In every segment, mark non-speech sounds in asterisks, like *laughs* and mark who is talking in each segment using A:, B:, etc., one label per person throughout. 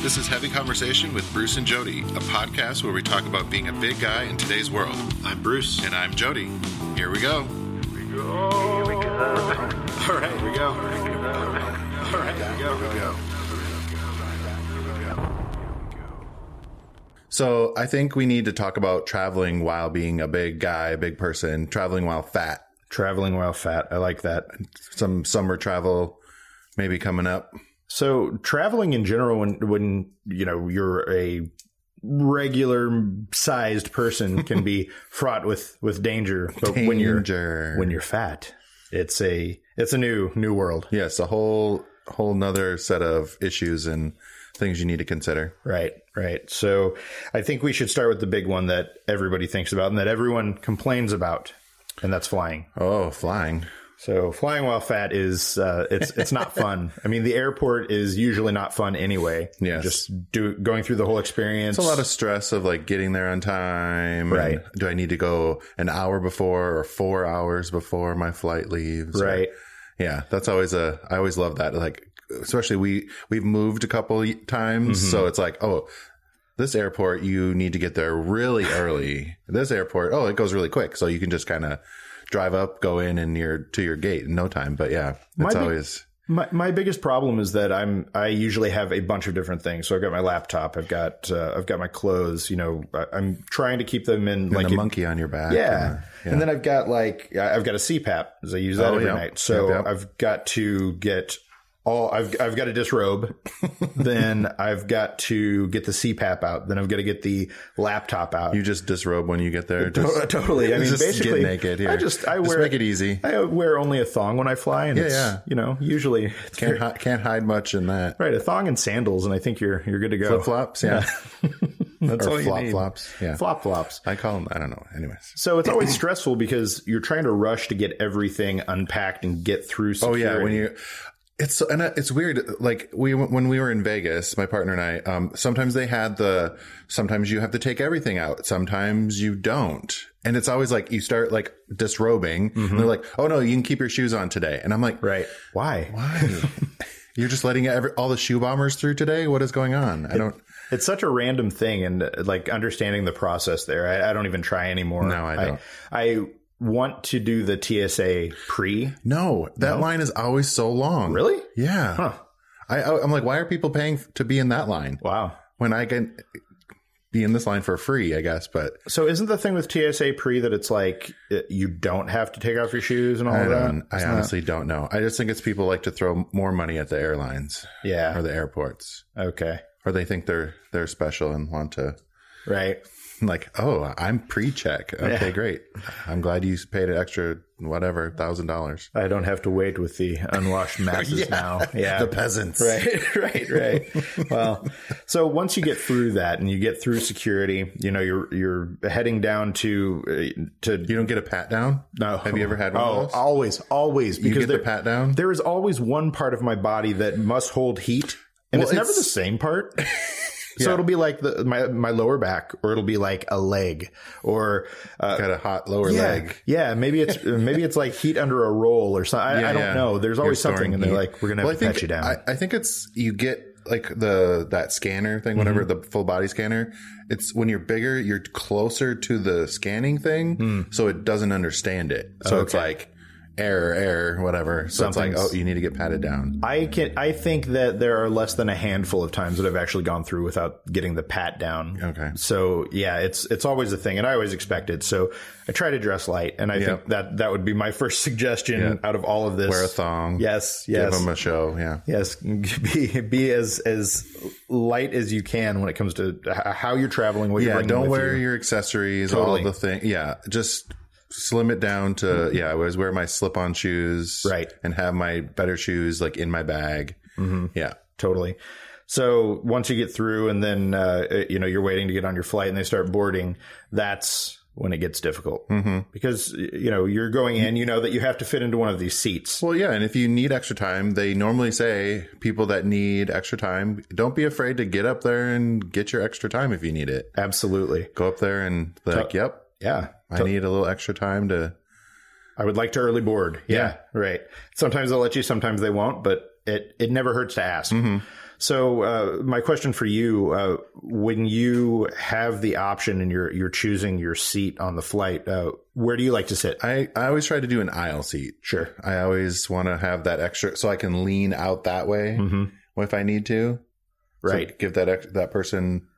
A: This is Heavy Conversation with Bruce and Jody, a podcast where we talk about being a big guy in today's world.
B: I'm Bruce.
A: And I'm Jody. Here we go.
B: All right, here we go. All right, here we go. Here we go.
A: So I think we need to talk about traveling while being a big guy, a big person, traveling while fat.
B: Traveling while fat. I like that.
A: Some summer travel maybe coming up.
B: So traveling in general, when when you know you're a regular sized person, can be fraught with with danger. But when you're
A: Danger.
B: when you're fat, it's a it's a new new world,
A: yes, a whole whole nother set of issues and things you need to consider.
B: right? Right. So I think we should start with the big one that everybody thinks about and that everyone complains about, and that's flying.
A: Oh, flying.
B: So flying while fat is uh, it's it's not fun. I mean, the airport is usually not fun anyway.
A: Yes.
B: just do going through the whole experience.
A: It's a lot of stress of like getting there on time. and
B: Right.
A: do I need to go an hour before or four hours before my flight leaves? or-
B: right.
A: yeah. That's always a, I always love that. Like, especially we, we've moved a couple y- times.
B: Mm-hmm.
A: So it's like, oh, this airport, you need to get there really early. this airport, oh, it goes really quick. So you can just kind of drive up, go in and you're to your gate in no time. But yeah,
B: My
A: it's
B: big-
A: always,
B: My my biggest problem is that I'm I usually have a bunch of different things. So I've got my laptop. I've got uh, I've got my clothes. You know, I, I'm trying to keep them in like
A: and the
B: a-
A: monkey on your back.
B: Yeah. And then I've got like I- I've got a CPAP because I use that
A: Oh,
B: every
A: yeah.
B: night. So
A: Yep, yep.
B: I've got to get all I've I've got to
A: *laughs*
B: disrobe, then I've got to get the CPAP out, then I've got to get the laptop out.
A: You just disrobe when you get
B: *laughs*
A: there.
B: To- *laughs*
A: Just-
B: totally. I mean,
A: just get
B: basically,
A: naked here.
B: I just I
A: Just
B: wear
A: make it easy.
B: I wear only a thong when I fly, and it's,
A: yeah.
B: you know, usually *laughs* it's
A: Can't hi- can't hide much in that.
B: right a thong and sandals, and I think you're you're good to go.
A: Flip flops, yeah.
B: *laughs* That's all
A: or
B: you
A: flop
B: need.
A: flops, yeah.
B: Flop flops.
A: I call them. I don't know. Anyways.
B: So it's
A: *clears throat*
B: always stressful because you're trying to rush to get everything unpacked and get through.
A: Oh
B: Security.
A: yeah, when you. It's so- and uh, it's weird. Like we when we were in Vegas, my partner and I. Um, sometimes they had the. Sometimes you have to take everything out. Sometimes you don't. And it's always like you start like disrobing, and they're like, "Oh no, you can keep your shoes on today." And I'm like,
B: Mm-hmm. Right. Why?
A: "Why? *laughs* You're just letting every, all the shoe bombers through today? What is going on? I don't."
B: It's such a random thing, and uh, like understanding the process there, I, I don't even try anymore.
A: No, I don't.
B: I, I want to do the TSA pre.
A: No, that line is always so long.
B: Really?
A: Yeah.
B: Huh.
A: I, I- I'm like, why are people paying f- to be in that line
B: Wow.
A: when I can be in this line for free? I guess, but
B: So isn't the thing with TSA pre that it's like uh, you don't have to take off your shoes and all
A: I
B: of that?
A: don't. I honestly don't know. I just think it's people like to throw more money at the airlines or
B: Yeah.
A: the airports,
B: Okay.
A: or they think they're they're special and want to *laughs*
B: Right.
A: like, oh, I'm pre-check. Okay,
B: Yeah.
A: great. I'm glad you paid an extra whatever thousand dollars.
B: I don't have to wait with the
A: *laughs*
B: unwashed masses now. Yeah.
A: The peasants,
B: Uh, *laughs* Right, right, right. well, so once you get through that and you get through security, you know you're you're heading down to uh, to
A: You don't get a pat down.
B: no.
A: Have you ever had one?
B: Oh,
A: of those?
B: always, always
A: you
B: because
A: get the
B: there,
A: pat down.
B: there is always one part of my body that must hold heat, and
A: Well,
B: it's never
A: it's-
B: the same part. *laughs* So it'll be like the, my my lower back, or it'll be like a leg, or uh,
A: Got a hot lower
B: yeah,
A: leg.
B: yeah. Maybe *laughs* it's maybe it's like heat under a roll or something. I,
A: Yeah,
B: I don't
A: yeah.
B: know. There's always
A: You're
B: something,
A: storing
B: and they're
A: heat.
B: like, "We're gonna have
A: Well, I
B: to
A: think
B: pat you down."
A: I, I think it's you get like the that scanner thing, whatever
B: Mm-hmm.
A: the full body scanner. It's when you're bigger, you're closer to the scanning thing,
B: Hmm.
A: so it doesn't understand it. So it's like error, error, whatever. So it's like
B: Something's-
A: oh, you need to get patted down.
B: I can. I think that there are less than a handful of times that I've actually gone through without getting the pat down.
A: Okay.
B: So yeah, it's it's always a thing, and I always expect it. So I try to dress light, and I think that that would be my *laughs* first suggestion out of all of this.
A: Wear a thong.
B: Yes.
A: Give
B: Yes.
A: them a show. Yeah.
B: Yes, *laughs* be be as as light as you can when it comes to h- how you're traveling. What you're
A: Yeah.
B: bringing
A: Don't
B: with
A: wear
B: you.
A: your accessories.
B: Totally. Hmm.
A: All the thing. Yeah. Just. Slim it down to yeah. I always wear my slip-on shoes,
B: Right.
A: and have my better shoes like in my bag. Mm-hmm. Yeah,
B: totally. So once you get through, and then uh, you know you're waiting to get on your flight, and they start boarding. That's when it gets difficult mm-hmm. because you know you're going in. You know that you have to fit into one of these seats.
A: Well, yeah, and if you need extra time, they normally say people that need extra time, don't be afraid to get up there and get your extra time if you need it.
B: Absolutely,
A: Go up there and be like, "Yep,
B: yeah.
A: I need a little extra time to."
B: I would like to early board. Yeah, right. Sometimes they'll let you, sometimes they won't. But it it never hurts to ask. So uh, my question for you: uh, When you have the option and you're you're choosing your seat on the flight, uh, where do you like to sit?
A: I, I always try to do an aisle seat.
B: Sure.
A: I always want to have that extra so I can lean out that way
B: Mm-hmm.
A: if I need to. So
B: Right.
A: give that ex- that person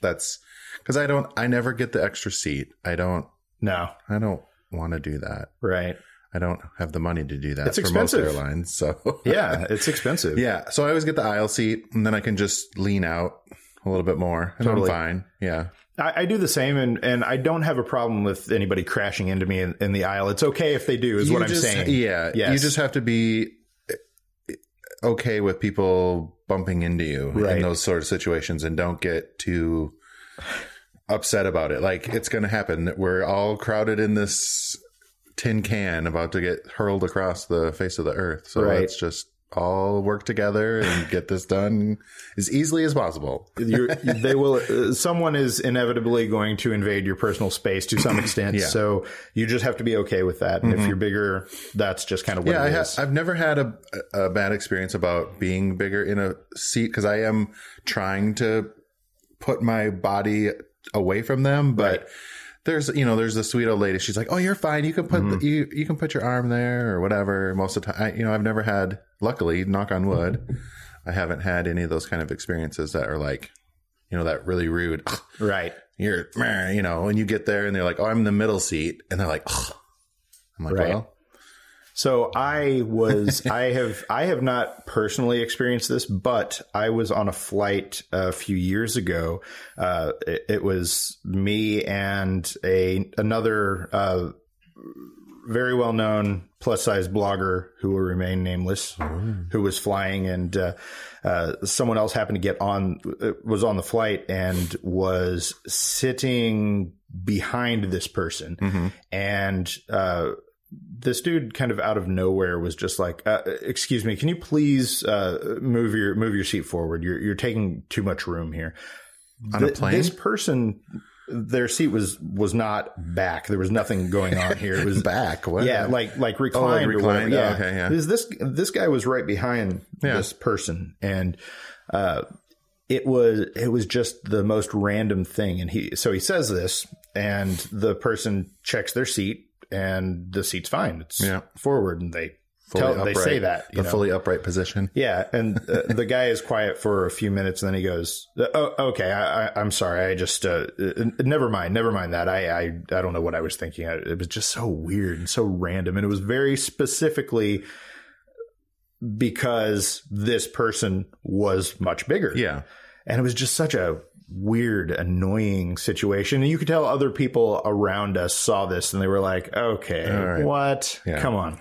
A: that's because I don't I never get the extra seat. I don't
B: No.
A: I don't want to do that.
B: Right.
A: I don't have the money to do that
B: It's
A: for
B: expensive.
A: most airlines. So
B: Yeah. It's expensive.
A: yeah. So I always get the aisle seat and then I can just lean out a little bit more and
B: Totally.
A: I'm fine. Yeah.
B: I, I do the same, and, and I don't have a problem with anybody crashing into me in, in the aisle. It's okay if they do, is
A: You
B: what I'm
A: just-
B: saying.
A: Yeah. You
B: Yes.
A: just have to be eh, okay with people bumping into you
B: Right.
A: in those sort of situations and don't get too upset about it. Like it's going to happen. We're all crowded in this tin can about to get hurled across the face of the earth. So
B: Right.
A: let's just all work together and get this done as easily as possible.
B: You're, they will. Uh, someone is inevitably going to invade your personal space to some extent.
A: Yeah.
B: So you just have to be okay with that. And if you're bigger, that's just kind of what
A: Yeah, I
B: it
A: ha-
B: is.
A: I've never had a, a bad experience about being bigger in a seat because I am trying to put my body away from them, but. There's, you know, there's the sweet old lady. She's like, "Oh, you're fine. You can put
B: Mm-hmm.
A: the, you you can put your arm there or whatever." Most of the time, I, you know, I've never had. Luckily, knock on wood, I haven't had any of those kind of experiences that are like, you know, that really rude.
B: right.
A: You're, meh, you know, and you get there and they're like, "Oh, I'm in the middle seat," and they're like, "I'm like,
B: Right.
A: well,
B: So I was, I have, I have not personally experienced this, but I was on a flight a few years ago. Uh, it, it was me and a another uh, very well known plus size blogger who will remain nameless, who was flying, and uh, uh, someone else happened to get on, uh, was on the flight and was sitting behind this person, and. Uh, this dude kind of out of nowhere was just like, uh, "Excuse me, can you please uh, move your move your seat forward? You're you're taking too much room here."
A: on a
B: Th-
A: plane."
B: this person, their seat was was not back. There was nothing going on here.
A: *laughs*
B: It was
A: back. What?
B: yeah, like like reclined. or whatever.
A: Oh, reclined. Oh,
B: Yeah.
A: okay, yeah.
B: This, this this guy was right behind
A: Yeah.
B: this person, and uh, it was it was just the most random thing. And he so he says this, and the person checks their seat, and the seat's fine. It's
A: Yeah.
B: forward, and they tell, they say that you
A: the
B: know?
A: fully upright position.
B: Yeah, and uh, the guy is quiet for a few minutes, and then he goes, "Oh, okay. I, I, I'm sorry. I just uh, uh, never mind. Never mind that. I, I, I don't know what I was thinking. I, it was just so weird and so random, and it was very specifically because this person was much bigger.
A: Yeah,
B: and it was just such a weird, annoying situation. And you could tell other people around us saw this, and they were like, "Okay,
A: All right.
B: what?
A: Yeah.
B: Come on."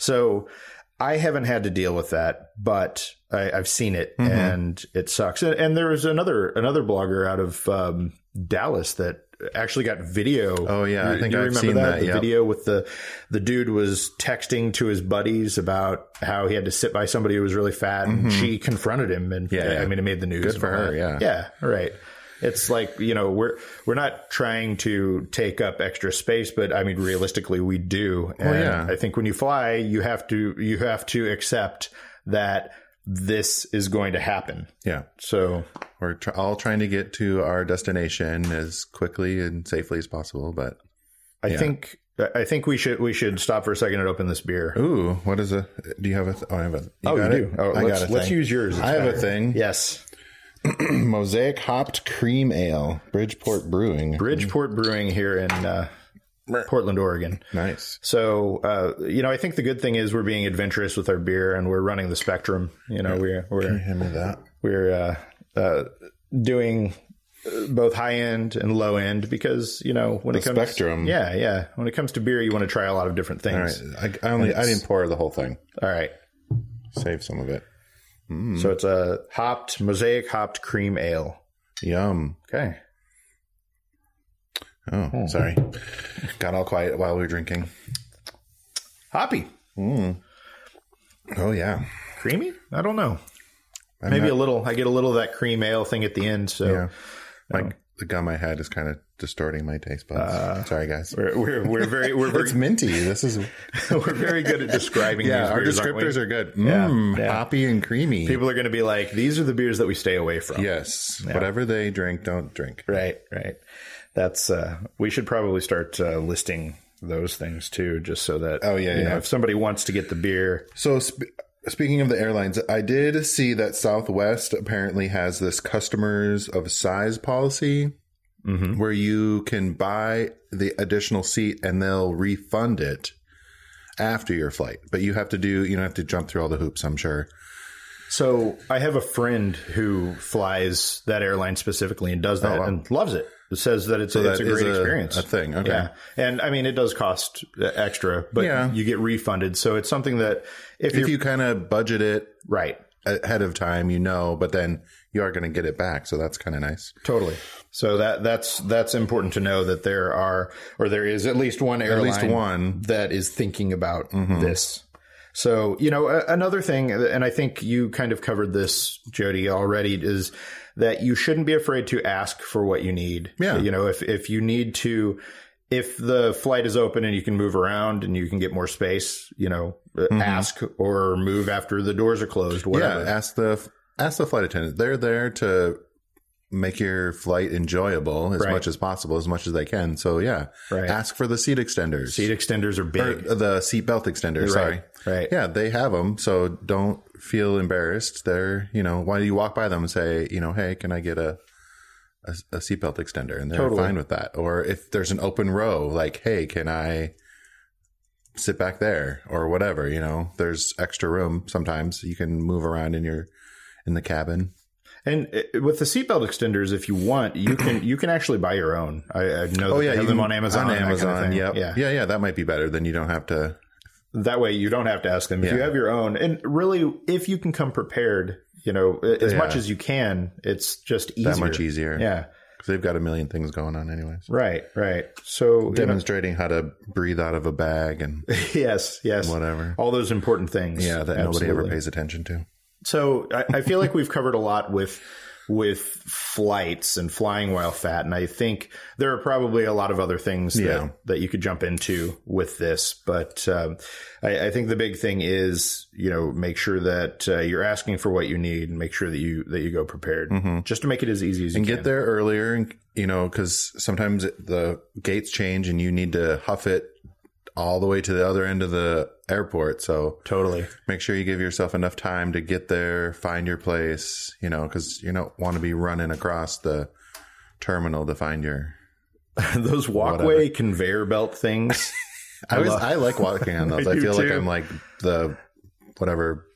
B: So I haven't had to deal with that, but I, I've seen it,
A: Mhm.
B: and it sucks. And, and there was another another blogger out of um, Dallas that actually got video.
A: Oh, yeah, I
B: You-
A: think
B: you
A: I've
B: remember
A: seen that,
B: The
A: yep.
B: video with the the dude was texting to his buddies about how he had to sit by somebody who was really fat, and she confronted him. And
A: Mm-hmm. Yeah, yeah.
B: I mean, it made the news.
A: Good for
B: and all
A: her,
B: that. yeah, right. It's like you know we're we're not trying to take up extra space, but I mean realistically we do. And
A: Oh, yeah.
B: I think when you fly, you have to you have to accept that this is going to happen.
A: yeah.
B: So
A: We're tr- all trying to get to our destination as quickly and safely as possible. But
B: I think I think we should we should stop for a second and open this beer.
A: ooh, what is a? Do you have a? Th- oh, I have a. You
B: oh,
A: got
B: you
A: it?
B: do. Oh,
A: I
B: let's,
A: got a
B: let's
A: thing.
B: use yours. It's
A: I have
B: better.
A: a thing.
B: Yes,
A: Mosaic hopped cream ale, Bridgeport Brewing.
B: Bridgeport Brewing here in uh, Portland, Oregon.
A: nice.
B: So, uh, you know, I think the good thing is we're being adventurous with our beer and we're running the spectrum. You know, we're we're
A: Hand me that.
B: we're uh, uh, doing uh, both high end and low end because you know when it comes
A: Spectrum.
B: yeah, yeah, when it comes to beer, you want to try a lot of different
A: All
B: things.
A: right. I, I only I didn't pour the whole thing.
B: All right. Hmm.
A: Save some of it.
B: So it's a hopped mosaic hopped cream ale.
A: Yum.
B: Okay.
A: Oh,
B: Hmm.
A: sorry. Got all quiet while we were drinking.
B: Hoppy.
A: Oh yeah.
B: Creamy? I don't know. Maybe a little. I get a little of that cream ale thing at the end. So
A: Yeah. Like the gum I had is kind of distorting my taste buds. Sorry, guys.
B: We're, we're, we're very Uh, we're
A: It's
B: very,
A: minty. This is
B: *laughs* we're very good at describing.
A: *laughs* yeah.
B: these
A: Our
B: beers, aren't we?
A: descriptors are good.
B: Yeah,
A: Mm,
B: yeah.
A: hoppy and creamy.
B: People are going to be like, these are the beers that we stay away from.
A: yes, whatever they drink, don't drink.
B: Right, right. That's uh we should probably start uh, listing those things too, just so that
A: Oh, yeah,
B: you know,
A: yeah.
B: if somebody wants to get the beer,
A: So sp- speaking of the airlines, I did see that Southwest apparently has this customers of size policy
B: Mm-hmm.
A: where you can buy the additional seat and they'll refund it after your flight. But you have to do you don't have to jump through all the hoops, I'm sure.
B: So I have a friend who flies that airline specifically and does that and loves it. Says that it's, a, it's a
A: Oh, That is
B: great experience.
A: A thing. Okay.
B: Yeah, and I mean it does cost uh, extra, but
A: Yeah.
B: you get refunded. So it's something that if,
A: If
B: you're
A: you kind of budget it
B: right,
A: ahead of time, you know, but then you are going to get it back. So that's kind of nice.
B: totally. So that that's that's important to know that there are or there is at least one
A: At
B: airline
A: least one.
B: that is thinking about
A: Mm-hmm.
B: this. So, you know, a- another thing, and I think you kind of covered this, Jody, already, is that you shouldn't be afraid to ask for what you need.
A: Yeah.
B: You know, if, if you need to, if the flight is open and you can move around and you can get more space, you know, uh ask or move after the doors are closed, whatever.
A: Mm-hmm. Yeah, ask the ask the flight attendant. They're there to make your flight enjoyable as
B: Right.
A: much as possible, as much as they can. So yeah,
B: Right.
A: ask for the seat extenders,
B: Seat extenders are
A: or
B: big.
A: the seat belt extender. Sorry.
B: Right.
A: Yeah, they have them, so don't feel embarrassed. They're, you know, why do you walk by them and say, you know, hey, can I get a a, a seatbelt extender? And they're
B: Totally.
A: fine with that. Or if there's an open row, like, hey, can I sit back there or whatever? You know, there's extra room. Sometimes you can move around in your in the cabin.
B: And uh, with the seatbelt extenders, if you want, you can you can actually buy your own. I, I know. that they have
A: Oh, you
B: them
A: can-
B: on Amazon.
A: On
B: and that kind of
A: Amazon,
B: thing.
A: yep.
B: Yeah.
A: yeah, yeah. That might be better. Then you don't have to.
B: That way, you don't have to ask them. If you
A: Yeah.
B: have your own, and really, if you can come prepared, you know, a- as
A: Yeah.
B: much as you can, it's just easier.
A: That much easier.
B: Yeah.
A: because they've got a million things going on, anyways.
B: Right. Right. So, you know,
A: Demonstrating how to breathe out of a bag and
B: *laughs* yes. Yes.
A: whatever.
B: All those important things.
A: Yeah, that nobody
B: Absolutely.
A: ever pays attention to.
B: So I, I feel like we've covered a lot with with flights and flying while fat, and I think there are probably a lot of other things
A: Yeah.
B: that, that you could jump into with this. But um, I, I think the big thing is, you know, make sure that uh, you're asking for what you need, and make sure that you that you go prepared, just to make it as easy as you
A: Mm-hmm. And
B: can.
A: get there earlier, and you know, because sometimes the gates change and you need to huff it all the way to the other end of the airport. So
B: Totally.
A: make sure you give yourself enough time to get there, find your place, you know, because you don't want to be running across the terminal to find your.
B: *laughs* Those walkway conveyor belt
A: *laughs*
B: things.
A: I, always, I like walking on those.
B: I
A: *laughs* I,
B: do
A: feel like
B: too.
A: I'm like the whatever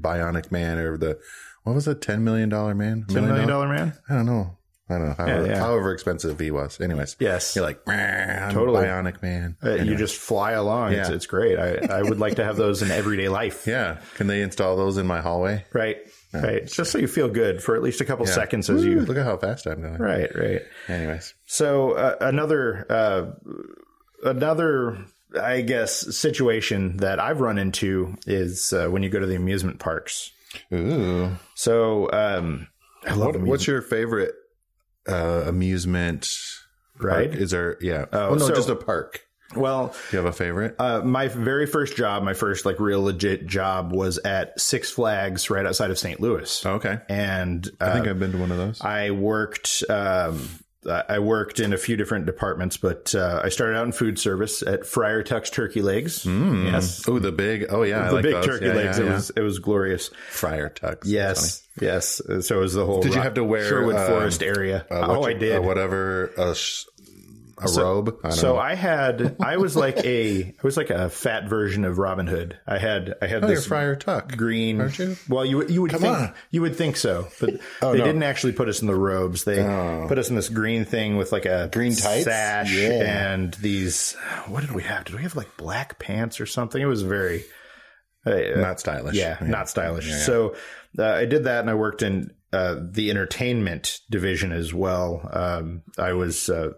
A: bionic man or the what was it, ten million dollar man?
B: Ten
A: Million
B: million dollar man.
A: I don't know. I don't know. However,
B: yeah.
A: however expensive he was. Anyways.
B: Yes.
A: You're like, "Meh, I'm
B: Totally.
A: bionic man.
B: Uh, You just fly along. It's,
A: Yeah.
B: it's great. I, I would like to have those in everyday life.
A: *laughs* yeah. Can they install those in my hallway?
B: Right. Right. Just so you feel good for at least a couple seconds as
A: Ooh,
B: you.
A: look at how fast I'm going.
B: Right. Right.
A: Anyways.
B: So uh, another uh, another I guess situation that I've run into is uh, when you go to the amusement parks.
A: Ooh.
B: So um, I love
A: What, what's your favorite uh, amusement park?
B: Right.
A: Is there, yeah. Oh, no,
B: so-
A: just a park.
B: well.
A: Do you have a favorite?
B: Uh, my very first job, my first like real legit job, was at Six Flags right outside of St. Louis,
A: okay.
B: and uh,
A: Oh. I think I've been to one of those.
B: I worked. Um, I I worked in a few different departments, but uh, I started out in food service at Friar Tuck's Turkey Legs. Yes,
A: Oh, the big, oh, yeah. I
B: the
A: like
B: big
A: those.
B: turkey
A: Yeah,
B: legs.
A: yeah,
B: it
A: yeah.
B: was it was glorious.
A: Friar Tucks. That's
B: Yes, yes. So it was the whole. Did
A: you have to wear,
B: Sherwood
A: um,
B: Forest area?
A: funny. Uh,
B: oh,
A: what-
B: I did.
A: uh, whatever, a, sh- a robe. I don't
B: so
A: know.
B: I had I was like a I was like a fat version of Robin Hood. I had I had
A: Oh, you're
B: this
A: Friar Tuck.
B: green.
A: Aren't you?
B: Well, you would- you would think
A: on. Oh,
B: you would think so,
A: *laughs*
B: but they
A: no. Oh.
B: didn't actually put us in the robes. They put us in this green thing with like a
A: Green tights?
B: sash
A: Yeah.
B: and these. What did we have? Did we have like black pants or something? It was very uh,
A: Not stylish.
B: yeah, not stylish. So uh, I did that, and I worked in uh, the entertainment division as well. Um, I was uh,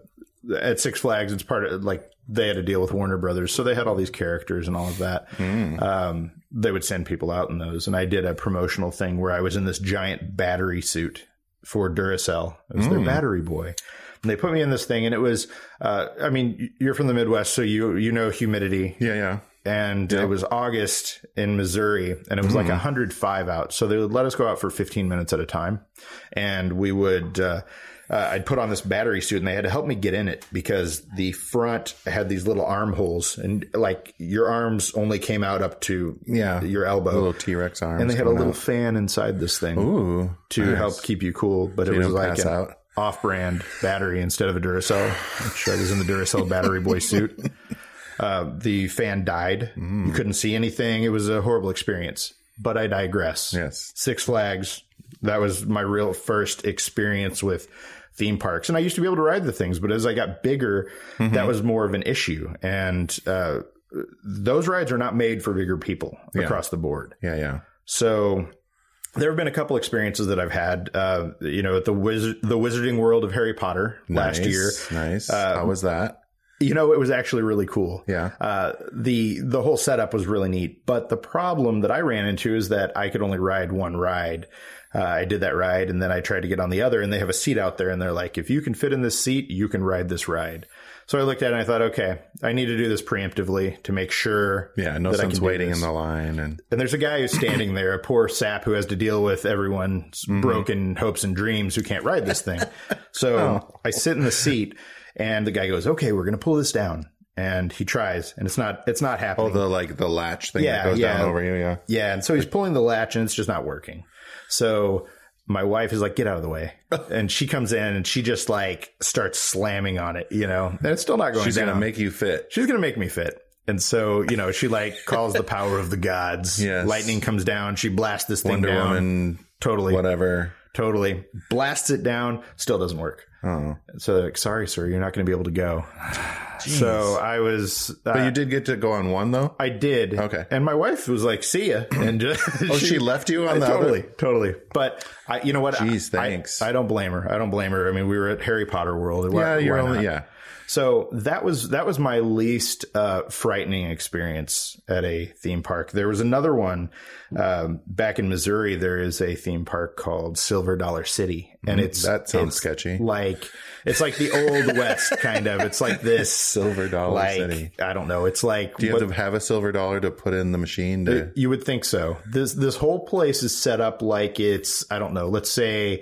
B: at Six Flags. It's part of like they had to deal with Warner Brothers, so they had all these characters and all of that. Um, they would send people out in those, and I did a promotional Hmm. thing where I was in this giant battery suit for Duracell. I was their battery boy. And they put me in this thing, and it was, uh, I mean, y- you're from the Midwest, so you you know humidity,
A: Yeah, yeah.
B: and it was August in Missouri, and it was like
A: Mm-hmm.
B: 105 out. So they would let us go out for 15 minutes at a time, and we would. Uh, uh, I'd put on this battery suit, and they had to help me get in it because the front had these little armholes, and like your arms only came out up to
A: Yeah.
B: your elbow.
A: Little T Rex arms.
B: Oh. and they had a
A: coming
B: little fan inside this thing
A: out. Ooh.
B: to help keep you cool, but it was
A: don't
B: like
A: pass
B: an
A: out.
B: off-brand battery instead of a Duracell. I'm sure I was in the Duracell battery
A: *laughs*
B: boy suit. Uh, the fan died.
A: Mm.
B: You couldn't see anything. It was a horrible experience. But I digress.
A: Yes.
B: Six Flags. That was my real first experience with theme parks, and I used to be able to ride the things, but as I got bigger,
A: Mm-hmm.
B: that was more of an issue. And uh, those rides are not made for bigger people across the board.
A: Yeah, yeah.
B: So there have been a couple experiences that I've had. Uh, you know, at the Wiz- the Wizarding World of Harry Potter last
A: Nice,
B: year. Uh,
A: Nice. How was that?
B: You know, it was actually really cool.
A: Yeah.
B: Uh, the the whole setup was really neat, but the problem that I ran into is that I could only ride one ride. Uh, I did that ride, and then I tried to get on the other, and they have a seat out there, and they're like, "If you can fit in this seat, you can ride this ride." So I looked at it and I thought, okay, I need to do this preemptively to make sure
A: Yeah, no
B: that I
A: sense
B: can do
A: waiting
B: this.
A: in the line and
B: And there's a guy who's standing there, a poor sap who has to deal with everyone's
A: Mm-hmm.
B: broken hopes and dreams who can't ride this thing.
A: *laughs*
B: So
A: Oh.
B: I sit in the seat and the guy goes, okay, we're going to pull this down. And he tries and it's not, it's not happening.
A: the like the latch thing
B: Yeah,
A: that goes
B: yeah.
A: down over you, yeah.
B: yeah. And so he's pulling the latch and it's just not working. So my wife is like, get out of the
A: *laughs*
B: way. And she comes in and she just like starts slamming on it, you know, and it's still not going
A: She's
B: down.
A: gonna make you fit.
B: she's gonna make me fit. And so, you know, she like calls the power of the gods.
A: *laughs* Yes.
B: Lightning comes down. She blasts this thing
A: Wonder
B: down.
A: Woman,
B: Totally,
A: whatever.
B: totally. Blasts it down. Still doesn't work.
A: Oh.
B: So they're like, sorry, sir, you're not going to be able to
A: *sighs*
B: go. So I was, uh,
A: But you did get to go on one though?
B: I did.
A: Okay.
B: And my wife was like, see ya. And just, *laughs*
A: *laughs* Oh, she left you on the other-
B: totally, totally. But I, you know what?
A: Jeez,
B: I- I-
A: thanks.
B: I, don't blame her. I don't blame her. I mean, we were at Harry Potter World. Why-
A: Yeah, you're
B: uh, why
A: only
B: not?
A: yeah.
B: So that was that was my least uh, frightening experience at a theme park. There was another one um, back in Missouri. There is a theme park called Silver Dollar City, and it's
A: Mm-hmm. That sounds
B: it's
A: sketchy.
B: Like it's like the old west kind of. It's like this
A: *laughs* Silver dollar
B: like
A: city.
B: I don't know. It's like
A: Do you have to have a silver dollar to put in the machine to
B: you would think so. This this whole place is set up like it's I don't know. Let's say.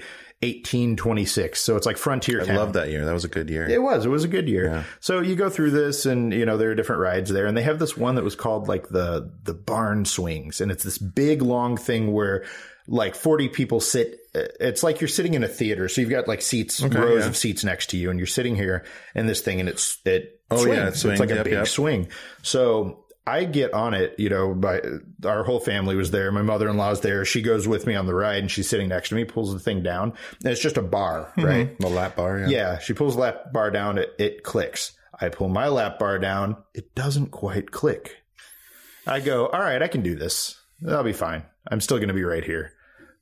B: 1826. So it's like frontier.
A: I love that year. That was a good year.
B: It was. It was a good year. So you go through this, and you know there are different rides there, and they have this one that was called like the the barn swings, and it's this big long thing where like forty people sit. uh, It's like you're sitting in a theater, so you've got like seats, rows of seats next to you, and you're sitting here in this thing, and it's it.
A: Oh, yeah, it
B: it's
A: swings.
B: like a
A: Yep,
B: big
A: yep.
B: swing. So I get on it, you know, by our whole family was there. My mother in law's there. She goes with me on the ride and she's sitting next to me, pulls the thing down. And it's just a bar, right?
A: The lap bar, yeah.
B: Yeah, she pulls the lap bar down, it, it clicks. I pull my lap bar down, it doesn't quite click. I go, all right, I can do this. That'll be fine. I'm still going to be right here.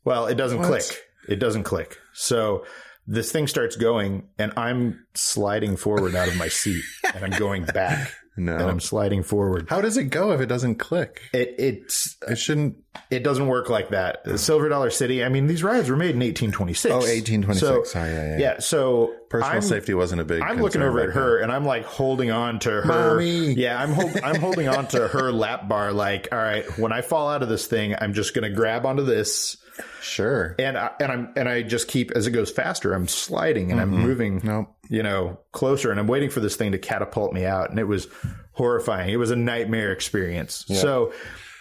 B: Well, it doesn't click. It doesn't click. So this thing starts going, and I'm sliding forward out of my
A: *laughs*
B: seat, and I'm going back, and
A: No.
B: I'm sliding forward.
A: How does it go if it doesn't click?
B: It it's
A: It shouldn't
B: it doesn't work like that. Silver Dollar City. I mean, these rides were made in 1826.
A: Hmm. Oh, 1826.
B: So,
A: Sorry, yeah, yeah.
B: yeah. So
A: Personal
B: I'm-
A: safety wasn't a big
B: I'm looking
A: concern
B: over
A: back
B: at her and I'm like holding on to her.
A: Mommy.
B: Yeah, I'm hold, I'm holding on to her lap bar. Like, all right, when I fall out of this thing, I'm just gonna grab onto this,
A: then. Sure.
B: and I, and I'm and I just keep as it goes faster. I'm sliding and
A: Mm-hmm.
B: I'm moving,
A: Nope.
B: you know, closer, and I'm waiting for this thing to catapult me out. And it was horrifying. It was a nightmare experience. So.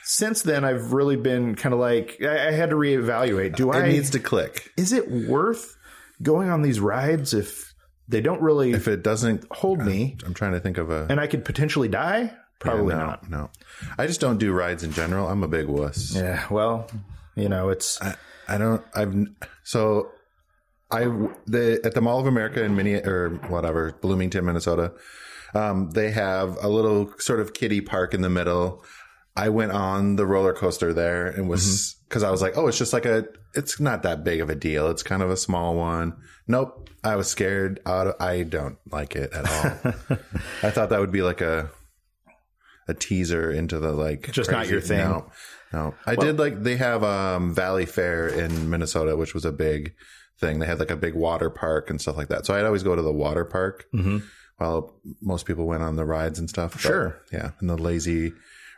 B: Since then, I've really been kind of like I, I had to reevaluate. Do
A: It
B: I
A: needs to click.
B: is it worth going on these rides if they don't really
A: If it doesn't
B: hold me?
A: I'm trying to think of a
B: and I could potentially die? Probably
A: no,
B: not.
A: No. I just don't do rides in general. I'm a big wuss.
B: Yeah. Well, you know, it's
A: I don't. I've so I the at the Mall of America in Minne or whatever Bloomington, Minnesota. Um, they have a little sort of kiddie park in the middle. I went on the roller coaster there and was
B: Mm-hmm.
A: because I was like, oh, it's just like a. It's not that big of a deal. It's kind of a small one. Nope. I was scared out. Of, I don't like it at
B: *laughs*
A: all. I thought that would be like a a teaser into the like
B: Just not your thing.
A: no. No, I did like they have um, Valley Fair in Minnesota, which was a big thing. They had like a big water park and stuff like that. So I'd always go to the water park while most people went on the rides and stuff. But,
B: Sure.
A: yeah, and the lazy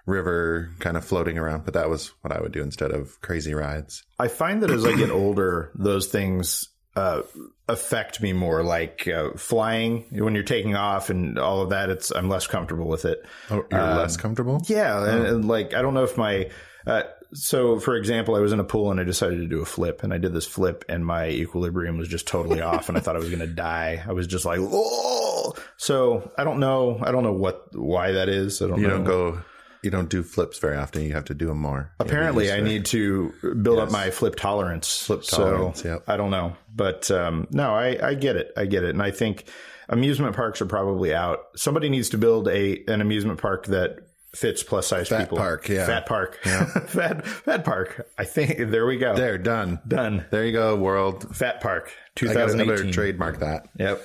A: river kind of floating around. But that was what I would do instead of crazy rides.
B: I find that as I get older, those things uh, affect me more. Like uh, flying, when you're taking off and all of that, it's I'm less comfortable with it.
A: Oh, you're less comfortable.
B: um, Yeah, and, and like I don't know if my uh, so for example, I was in a pool and I decided to do a flip, and I did this flip, and my equilibrium was just totally
A: *laughs*
B: off, and I thought I was going to die. I was just like, oh. So I don't know. I don't know what why that is. I don't.
A: You
B: know.
A: don't go. You don't do flips very often. You have to do them more.
B: Apparently, I need to build up my flip tolerance. Flip
A: tolerance,
B: So
A: yep.
B: I don't know, but um, no, I, I get it. I get it, and I think amusement parks are probably out. Somebody needs to build a an amusement park that fits plus size
A: Fat
B: people.
A: park, yeah.
B: Fat park. *laughs* fat Fat park. I think there we go.
A: There, done.
B: Done.
A: There you go, world.
B: Fat park.
A: I got another
B: 2018.
A: trademark that.
B: Yep.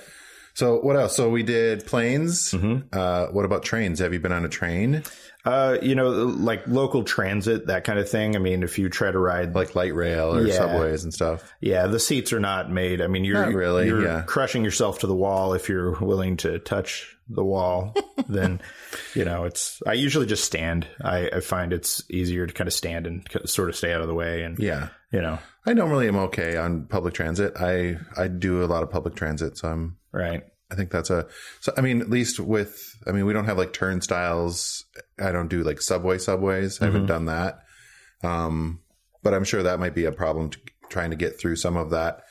A: So what else? So we did planes.
B: Mm-hmm.
A: Uh, what about trains? Have you been on a train?
B: Uh, you know, like local transit, that kind of thing. I mean, if you try to ride
A: like light rail or
B: Yeah.
A: subways and stuff.
B: Yeah, the seats are not made. I mean, you're
A: Not really,
B: you're
A: yeah.
B: crushing yourself to the wall if you're willing to touch the
A: *laughs*
B: wall. then, you know, it's. I usually just stand. I, I find it's easier to kind of stand and c- sort of stay out of the way, and
A: Yeah.
B: you know,
A: I normally am okay on public transit. I I do a lot of public transit, so I'm
B: right?
A: I think that's a so I mean at least with I mean we don't have like turnstiles. I don't do like subway subways. I haven't
B: Mm-hmm.
A: done that. Um but I'm sure that might be a problem to, trying to get through some of that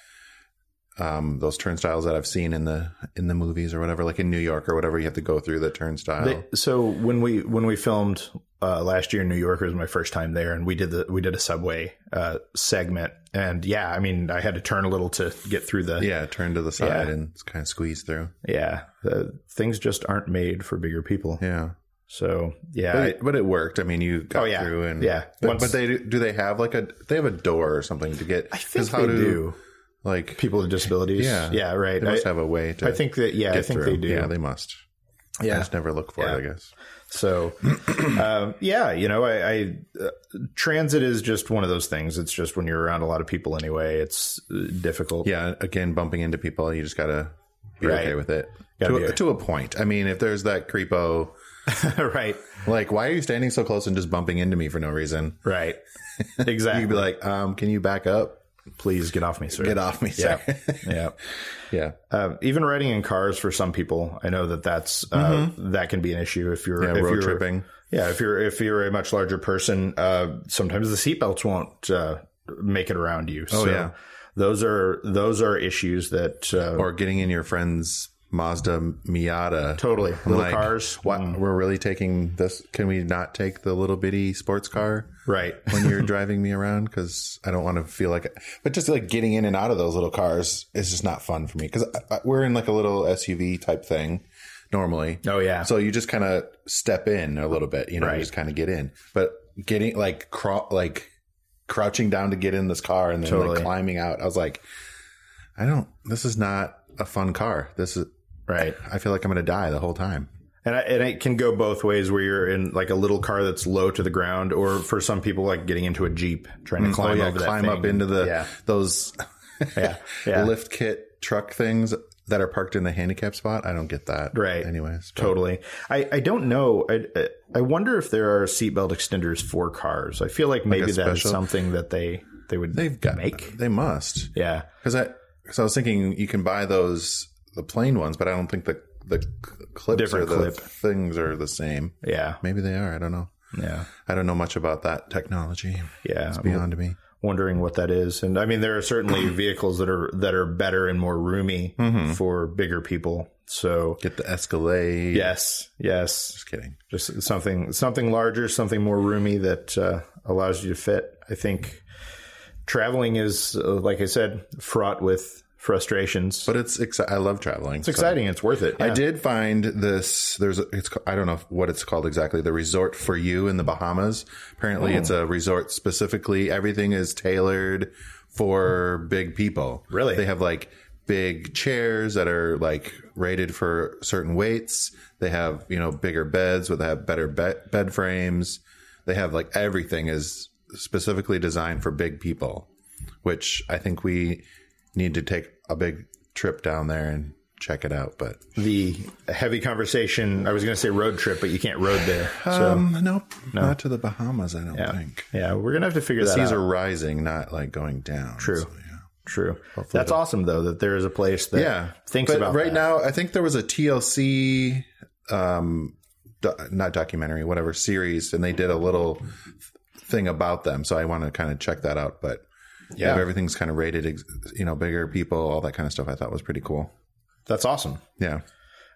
A: um those turnstiles that I've seen in the in the movies or whatever like in New York or whatever you have to go through the turnstile.
B: They, so when we when we filmed uh, last year in New York it was my first time there, and we did the we did a subway uh, segment, and yeah, I mean, I had to turn a little to get through the
A: yeah, turn to the side
B: Yeah.
A: and kind of squeeze through.
B: yeah. the, things just aren't made for bigger people.
A: Yeah.
B: So yeah,
A: But
B: I-
A: it, but it worked. I mean, you got
B: Oh, yeah.
A: through and
B: Yeah.
A: But,
B: Once-
A: but they do do they have like a they have a door or something to get?
B: I think
A: 'cause
B: they do.
A: like
B: People with disabilities.
A: Yeah.
B: Yeah, right.
A: they must
B: I,
A: have a way to.
B: I think that, yeah, I think
A: through.
B: they do.
A: Yeah, they must. I just never look for
B: Yeah.
A: it. I guess. *clears throat*
B: So, uh, yeah, you know, I, I uh, transit is just one of those things. It's just when you're around a lot of people anyway, it's uh, difficult.
A: Yeah. Again, bumping into people, you just gotta be
B: Right.
A: okay with it
B: Gotta
A: to
B: be
A: a,
B: okay.
A: to a point. I mean, if there's that creepo,
B: *laughs* right.
A: like, why are you standing so close and just bumping into me for no reason? *laughs*
B: Right.
A: You'd be
B: Exactly.
A: like, um, can you back up?
B: Please get off me, sir.
A: Get off me,
B: Yeah.
A: sir.
B: *laughs*
A: *laughs*
B: yeah.
A: yeah.
B: Uh, even riding in cars for some people, I know that that's, uh, that can be an issue if you're,
A: Mm-hmm. Yeah,
B: if
A: road
B: you're,
A: tripping.
B: Yeah, if you're if you're a much larger person, uh, sometimes the seatbelts won't uh, make it around you. Oh
A: yeah.
B: those are those are issues that uh,
A: or getting in your friend's Mazda Miata.
B: totally little
A: like,
B: cars.
A: What we're really taking this? Can we not take the little bitty sports car
B: Right. *laughs*
A: when you're driving me around? Because I don't want to feel like. But just like getting in and out of those little cars is just not fun for me. Because we're in like a little SUV type thing normally.
B: Oh yeah.
A: So you just kind of step in a little bit, you know,
B: Right.
A: you just kind of get in. But getting like craw- like crouching down to get in this car and then
B: Totally.
A: like climbing out, I was like, I don't. This is not a fun car. This is.
B: right.
A: I feel like I'm going to die the whole time.
B: And I, and it can go both ways, where you're in like a little car that's low to the ground, or for some people, like getting into a jeep, trying to climb
A: oh yeah,
B: over that
A: climb up
B: thing.
A: into the
B: yeah,
A: those *laughs*
B: yeah, yeah.
A: lift kit truck things that are parked in the handicap spot. I don't get that.
B: Right.
A: Anyways, but-
B: Totally. I, I don't know. I, I- I wonder if there are seatbelt extenders for cars. I feel like maybe that is
A: special-
B: something that they they would
A: they've got
B: make.
A: They must.
B: Yeah.
A: Because I, cause I was thinking you can buy those the plain ones, but I don't think the the c- clips
B: Different
A: or the
B: clip.
A: things are the same.
B: Yeah.
A: Maybe they are. I don't know.
B: Yeah.
A: I don't know much about that technology.
B: Yeah.
A: It's
B: I'm
A: beyond me.
B: wondering what that is. And I mean there are *clears throat* certainly vehicles that are that are better and more roomy for bigger people. So
A: Get the Escalade.
B: yes, yes.
A: Just kidding.
B: Just something something larger, something more roomy that uh, allows you to fit. I think traveling is uh, like I said, fraught with frustrations. But
A: But it's exci- I love traveling.
B: it's exciting, it's worth it.
A: I did find this. There's a- it's ca- I don't know what it's called exactly. The resort for you in the Bahamas. Apparently, it's a resort specifically. Everything is tailored for big people.
B: Really?
A: they have like big chairs that are like rated for certain weights. They have you know bigger beds with have better be- bed frames. they have like everything is specifically designed for big people, which I think we need to take a big trip down there and check it out. But
B: The heavy conversation. I was going to say road trip, but you can't road there. So
A: um, nope, not to the Bahamas. I don't think.
B: yeah, uh, we're gonna have to figure that
A: Seas
B: out.
A: are rising, not like going down. True.
B: True. That's awesome though that there is a place that
A: yeah
B: thinks
A: but
B: about
A: right
B: that.
A: now i think there was a tlc um do, not documentary whatever series and they did a little thing about them so i want to kind of check that out but yeah
B: Yeah.
A: everything's kind of rated ex- you know bigger people all that kind of stuff i thought was pretty cool
B: That's awesome.
A: yeah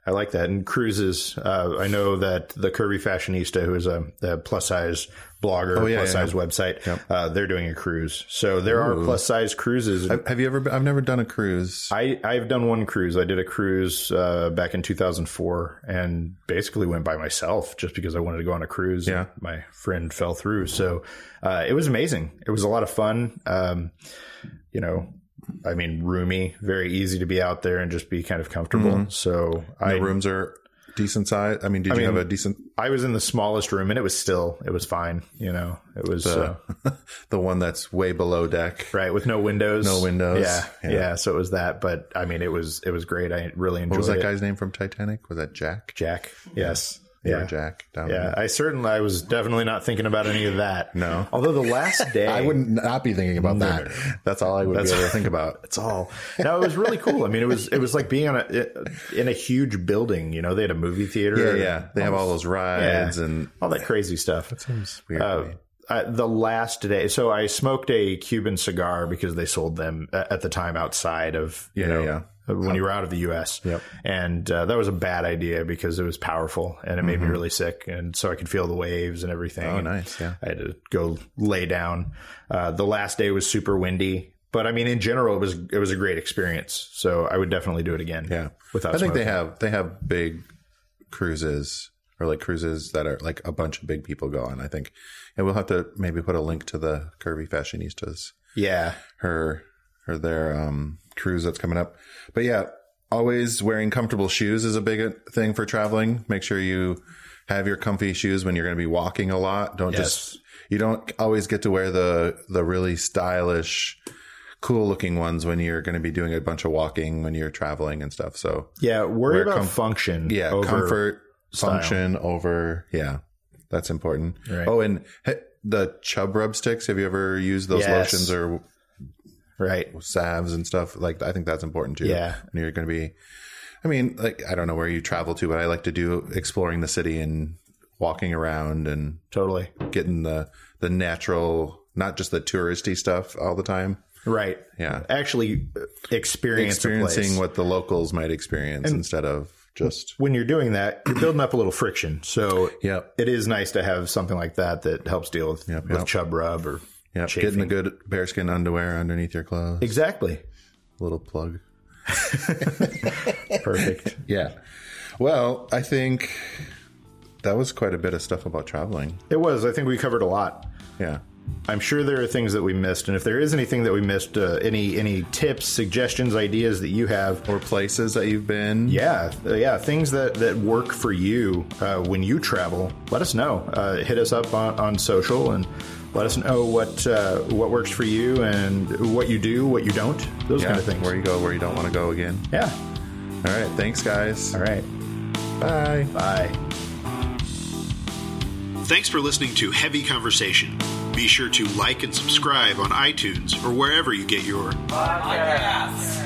B: I like that. And cruises. Uh, I know that the Curvy Fashionista, who is a, a plus size blogger,
A: Oh, yeah,
B: plus
A: yeah.
B: size website, uh, they're doing a cruise. So there are plus size cruises. I,
A: have you ever been, i've never done a cruise
B: I, have done one cruise. I did a cruise uh, back in 2004 and basically went by myself just because I wanted to go on a cruise.
A: Yeah.
B: And My friend fell through. So uh, it was amazing. It was a lot of fun. Um, you know, I mean, roomy, very easy to be out there and just be kind of comfortable.
A: Mm-hmm.
B: So I
A: the rooms are decent size i mean did you
B: mean,
A: have a decent
B: I was in the smallest room and it was still it was fine, you know. It was uh,
A: the one that's way below deck
B: right with no windows.
A: No windows.
B: Yeah,
A: Yeah.
B: yeah. So it was that, but I mean it was it was great. I really enjoyed
A: what was that
B: it.
A: guy's name from titanic was that jack
B: Jack. Yes.
A: You were
B: Yeah.
A: jack down
B: Yeah, I certainly I was definitely not thinking about any of that.
A: No.
B: Although the *laughs* last day
A: I wouldn't not be thinking about that. That's all I would be able to think *laughs* about.
B: That's all. No, it was really cool. I mean, it was it was like being on a in a huge building, you know. They had a movie theater.
A: Yeah,
B: and
A: yeah. They have all those rides and
B: all that crazy stuff. That
A: seems weird. to me.
B: uh, the last day. So I smoked a Cuban cigar because they sold them uh, at the time outside of you
A: Yeah,
B: know uh,
A: yeah.
B: when you were out of the U.S.
A: Yep.
B: And uh, that was a bad idea because it was powerful and it made me really sick, and so I could feel the waves and everything.
A: Mm-hmm. oh,
B: And
A: nice. Yeah.
B: I had to go lay down. Uh, the last day was super windy. But I mean, in general, it was it was a great experience. So I would definitely do it again.
A: Yeah.
B: without
A: I think
B: smoking.
A: they have they have big cruises or like cruises that are like a bunch of big people go on. I think, and we'll have to maybe put a link to the curvy fashionistas
B: yeah,
A: her her their um cruise that's coming up. But yeah, always wearing comfortable shoes is a big thing for traveling. Make sure you have your comfy shoes when you're going to be walking a lot. Don't just you don't always get to wear the the really stylish cool looking ones when you're going to be doing a bunch of walking when you're traveling and stuff. So,
B: yeah. Worry
A: Wear
B: about
A: com-
B: function.
A: yeah,
B: over-
A: comfort
B: style.
A: function over yeah. That's important.
B: Right.
A: Oh, and he- the chub rub sticks. Have you ever used those
B: Yes.
A: lotions or
B: right.
A: salves and stuff. Like I think that's important too.
B: Yeah.
A: And you're going to be, I mean, like I don't know where you travel to, but I like to do exploring the city and walking around and
B: Totally.
A: getting the the natural, not just the touristy stuff all the time.
B: Right.
A: Yeah.
B: Actually uh, experience a
A: Experiencing
B: place.
A: what the locals might experience instead of just
B: when you're doing that, you're building up a little friction. So
A: yep,
B: it is nice to have something like that that helps deal with, with
A: yep.
B: chub rub or
A: yep.
B: chafing.
A: Getting the good bearskin underwear underneath your clothes.
B: Exactly.
A: Little plug.
B: Perfect.
A: Yeah. Well, I think that was quite a bit of stuff about traveling.
B: *laughs* it was. I think we covered a lot.
A: Yeah.
B: I'm sure there are things that we missed, and if there is anything that we missed, uh, any any tips, suggestions, ideas that you have,
A: Or places that you've been.
B: Yeah, uh, yeah, things that that work for you uh, when you travel. Let us know. Uh, hit us up on, on social and let us know what uh, what works for you and what you do, what you don't, those kind of things.
A: Where you go, where you don't want to go again.
B: Yeah.
A: All right. Thanks, guys.
B: All right.
A: Bye.
B: Bye.
C: Thanks for listening to Heavy Conversation. Be sure to like and subscribe on iTunes or wherever you get your
D: Podcast.